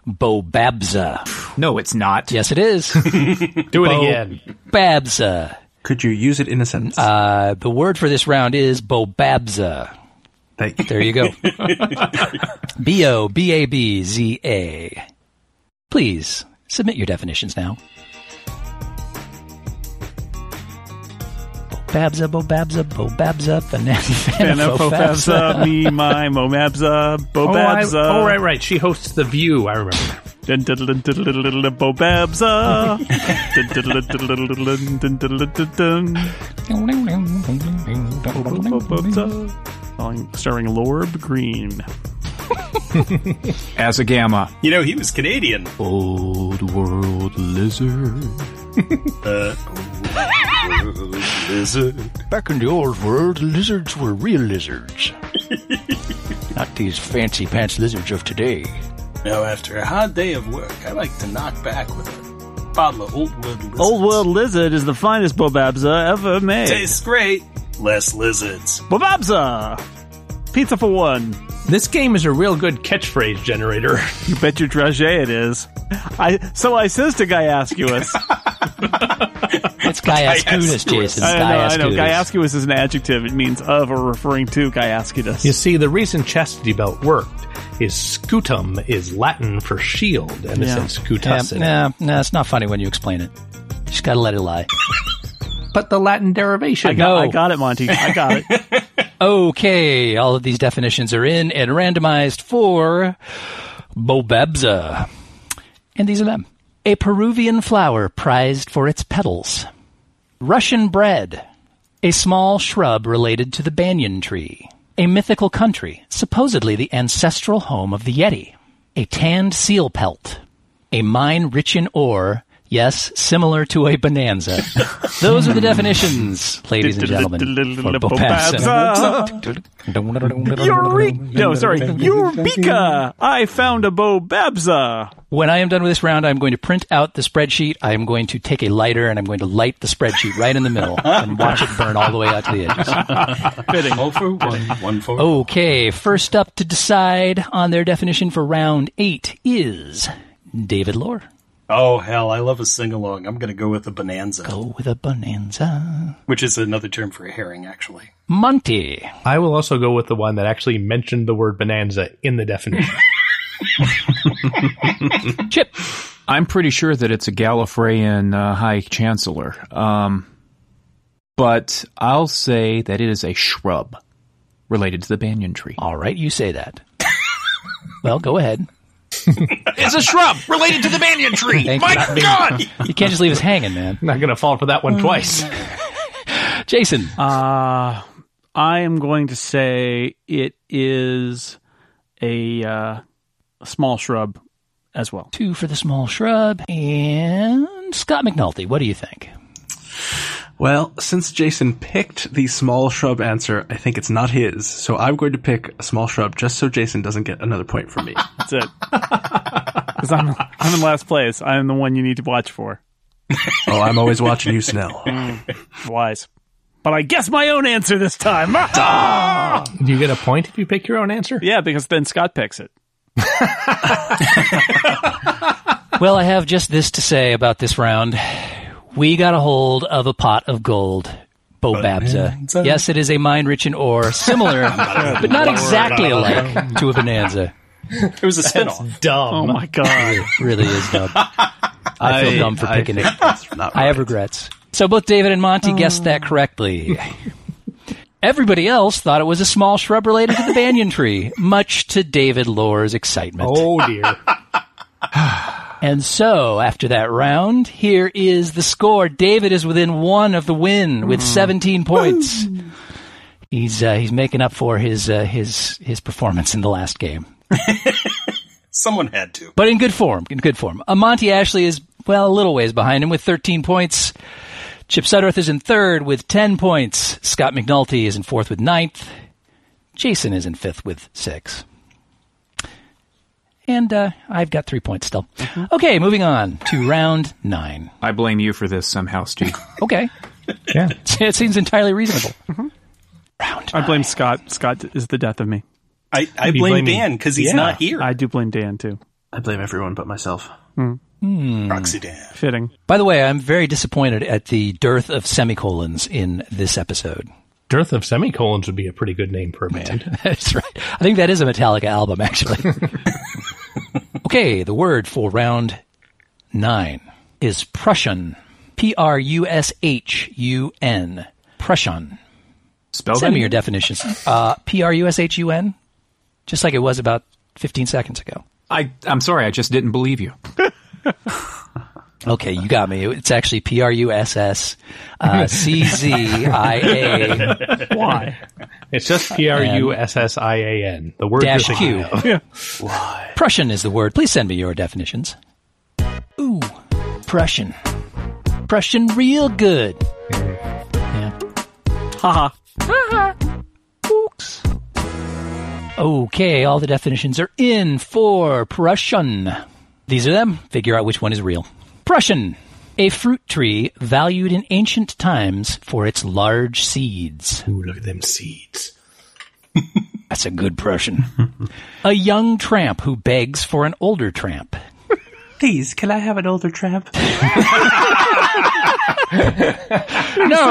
bobabza.
No, it's not.
Yes, it is
Do it again.
babza.
Could you use it in a sentence?
Uh, the word for this round is bobabza.
Thank you.
There
[laughs]
you go. B O B A B Z A. Please submit your definitions now. Babza, bobabza, bobabza, fanafofabza.
Benefofabza, me, my, momabza,
Oh, I,
bobabza.
oh, right, right. She hosts The View. I remember.
Dun, dun, dun, dun, dun, dun, dun,
[laughs]
Bobabza. Dun, dun, dun, dun, dun, dun, dun, dun, dun, dun, dun. Bobabza. Song Starring Lorb Green.
As a gamma.
You know, he was Canadian.
Old world
[laughs]
lizard.
Uh,
Back in the old world, lizards were real lizards. [laughs] Not these fancy pants lizards of today.
Now, after a hard day of work, I like to knock back with a bottle of Old Wood Lizards.
Old World Lizard is the finest Bobabza ever made.
Tastes great. Less lizards.
Bobabza! Pizza for one.
This game is a real good catchphrase generator. [laughs]
You bet your dragé it is. I so I says to Gaiascuus.
That's Gaiascutis, Jason.
I know, I know.
Gaiascutis.
Gaiascuus is an adjective. It means of or referring to Gaiascutus.
You see, the reason chastity belt worked is scutum is Latin for shield, and it
Yeah.
says scutus.
Yeah,
in it.
nah, nah, it's not funny when you explain it. Just gotta let it lie.
But the Latin derivation.
I, got,
No.
I got it, Monty. I got it.
Okay, all of these definitions are in and randomized for Bobabza. And these are them. A Peruvian flower prized for its petals. Russian bread. A small shrub related to the banyan tree. A mythical country, supposedly the ancestral home of the Yeti. A tanned seal pelt. A mine rich in ore. Yes, similar to a bonanza. Those are the definitions, ladies and gentlemen. for Bobabza.
Eureka! No, sorry. Eureka! I found a Bobabza.
When I am done with this round, I'm going to print out the spreadsheet. I am going to take a lighter and I'm going to light the spreadsheet right in the middle and watch it burn all the way out to the edges.
All for one, one for
Oh.
Okay, first up to decide on their definition for round eight is David Lore.
Oh, hell, I love a sing along. I'm going to go with a bonanza,
Oh.
Go with a bonanza.
which is another term for a herring, actually.
Monty.
I will also go with the one that actually mentioned the word bonanza in the [laughs] definition.
Chip.
I'm pretty sure that it's a Gallifreyan uh, High Chancellor. Um, but I'll say that it is a shrub related to the banyan tree.
All right, you say that. well, go ahead.
It's a shrub related to the banyan tree.
Thank you.
God!
You can't just leave us hanging, man.
I'm [laughs] not going to fall for that one twice.
Jason.
Uh, I am going to say it is a, uh, a small shrub as well.
Two for the small shrub. And Scott McNulty, what do you think?
Well, since Jason picked the small shrub answer, I think it's not his. So I'm going to pick a small shrub just so Jason doesn't get another point from me.
That's it. 'Cause I'm, I'm in last place. I'm the one you need to watch for.
oh, I'm always watching you, Snell.
Wise. but I guess my own answer this time. [laughs]
Do you get a point if you pick your own answer?
yeah, because then Scott picks it.
Well, I have just this to say about this round. We got a hold of a pot of gold, Bobabza. Yes, it is a mine rich in ore, similar, but [laughs] not exactly alike to a bonanza.
It was a spinoff.
Oh my god.
Really is dumb. I feel dumb for
I
picking
think
it.
that's not
I have
right.
regrets. So both David and Monty guessed that correctly. Everybody else thought it was a small shrub related to the banyan tree, much to David Lore's excitement.
Oh [laughs] dear.
And so, after that round, here is the score. David is within one of the win with 17 points. He's uh, he's making up for his uh, his his performance in the last game,
Someone had to.
but in good form. In good form. Uh, Monty Ashley is well a little ways behind him with 13 points. Chip Sudworth is in third with 10 points. Scott McNulty is in fourth with ninth. Jason is in fifth with six. And uh, I've got three points still. Okay, moving on to round nine.
I blame you for this
[laughs]
somehow, Steve.
Okay.
Yeah.
[laughs] it seems entirely reasonable. Round.
I blame Scott. Scott is the death of me.
I, I
You
blame
blame me.
Dan because he's
Yeah.
not here.
I do blame Dan too.
I blame everyone but myself.
Proxy Dan.
Fitting.
By the way, I'm very disappointed at the dearth of semicolons in this episode.
Dearth of Semicolons would be a pretty good name for a [laughs] band.
[laughs] That's right. I think that is a Metallica album, actually. okay, the word for round nine is Prussian. P R U S H U N. Prussian.
Spell
Send
that
me your definitions. Uh, P R U S H U N, just like it was about 15 seconds ago.
I, I'm sorry, I just didn't believe you.
Okay, you got me. It's actually P R U S S uh, C Z I A
Why?
It's just P R U S S I A N. The word
dash
you're thinking
Q.
of.
Prussian is the word. Please send me your definitions. Ooh, Prussian. Prussian real good. Yeah.
Haha.
Oops. Okay, all the definitions are in for Prussian. These are them. Figure out which one is real. Prussian. A fruit tree valued in ancient times for its large seeds.
Ooh, look at them seeds.
[laughs] That's a good Prussian. a young tramp who begs for an older tramp.
Please, can I have an older tramp?
No,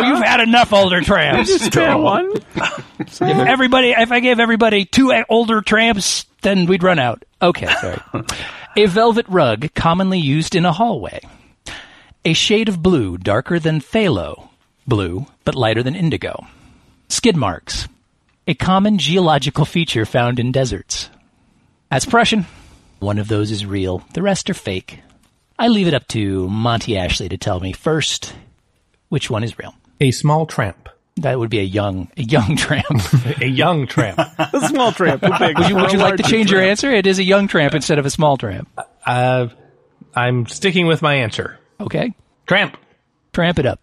you've had enough older tramps.
Fair one. [laughs]
everybody, if I gave everybody two uh, older tramps, then we'd run out. Okay, sorry. a velvet rug commonly used in a hallway. A shade of blue darker than phthalo blue, but lighter than indigo. Skid marks. A common geological feature found in deserts. That's Prussian. One of those is real, the rest are fake. I leave it up to Monty Ashley to tell me first which one is real.
A small tramp.
That would be a young, a young [laughs] tramp.
A young [laughs] tramp.
The small tramp. Would you,
Would you like to change your answer? It is a young tramp instead of a small tramp.
Uh, I'm sticking with my answer.
Okay,
Tramp.
tramp it up.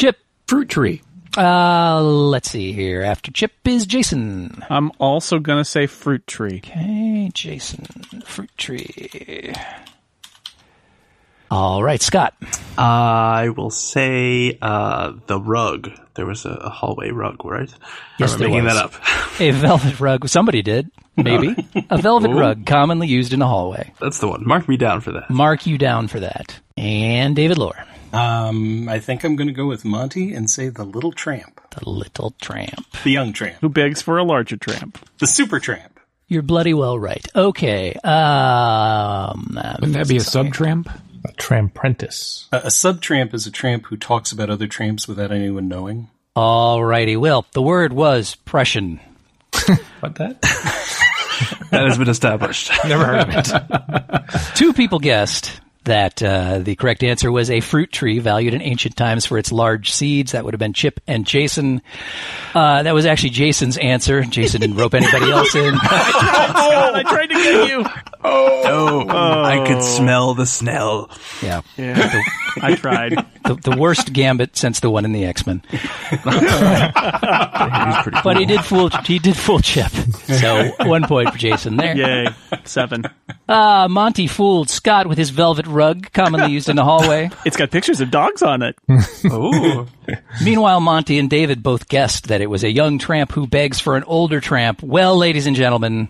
Chip.
Fruit tree.
Uh, let's see here. After Chip is Jason.
I'm also gonna say fruit tree.
Okay, Jason. Fruit tree. All right, Scott.
I will say uh, the rug. There was a, a hallway rug, right?
Yes,
Or am I
there
making
was.
that up. [laughs]
A velvet rug. Somebody did. [laughs] Maybe. a velvet rug commonly used in a hallway.
That's the one. Mark me down for that.
Mark you down for that. And David Lohr.
Um, I think I'm going to go with Monty and say the little tramp,
The little tramp.
the young tramp,
Who begs for a larger tramp?
the super tramp.
You're bloody well right. Okay. Um,
Wouldn't that be a sub tramp?
A tramprentice.
A, a sub tramp is a tramp who talks about other tramps without anyone knowing.
Alrighty, well, the word was Prussian.
What that?
That has been [laughs] established.
Never heard of it.
Two people guessed that uh, the correct answer was a fruit tree valued in ancient times for its large seeds. That would have been Chip and Jason. Uh, that was actually Jason's answer. Jason didn't rope anybody else in.
God, I tried to get you.
Oh, I could smell the snell.
Yeah,
Yeah, I tried.
the, the worst gambit since the one in the X Men.
He's pretty
But he did fool. He did fool Chip. So one point for Jason there.
Yay. Seven.
Ah, Monty fooled Scott with his velvet rug, commonly used in the hallway.
It's got pictures of dogs on it.
Oh,
Meanwhile, Monty and David both guessed that it was a young tramp who begs for an older tramp. Well, ladies and gentlemen,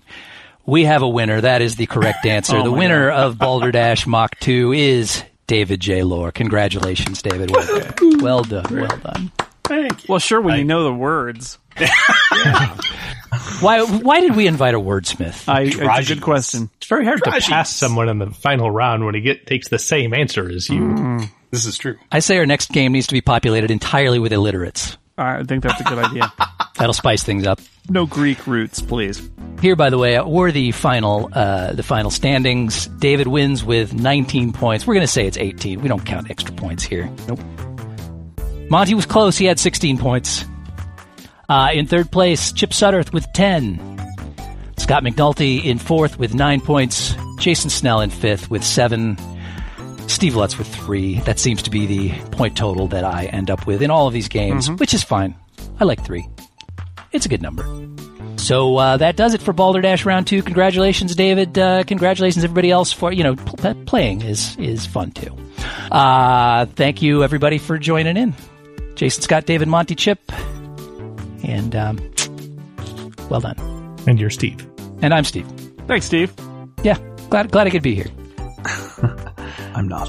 we have a winner. That is the correct answer. the winner of Balderdash Mach 2 is David J. Lore. Congratulations, David. Well done. Well done. Well done.
[laughs] Well, sure, when you know the words.
Why, why did we invite a wordsmith?
I, it's a good question.
It's very hard to pass someone in the final round when he get, takes the same answer as you.
This is true.
I say our next game needs to be populated entirely with illiterates.
I think that's a good idea.
That'll spice things up.
No Greek roots, please.
Here, by the way, were the final uh, the final standings. David wins with 19 points. We're going to say it's 18. We don't count extra points here. Nope. Monty was close. He had 16 points. Uh, in third place, Chip Sutterth with 10. Scott McNulty in fourth with nine points. Jason Snell in fifth with seven. Steve Lutz with three. That seems to be the point total that I end up with in all of these games, which is fine. I like three. It's a good number. So uh, that does it for Balderdash Round Two. Congratulations, David. Uh, congratulations, everybody else for you know pl- pl- playing is is fun too. Uh, thank you, everybody, for joining in. Jason Scott, David Monty, Chip, and um, well done.
And you're Steve.
And I'm Steve.
Thanks, Steve.
Yeah, glad glad I could be here.
I'm not.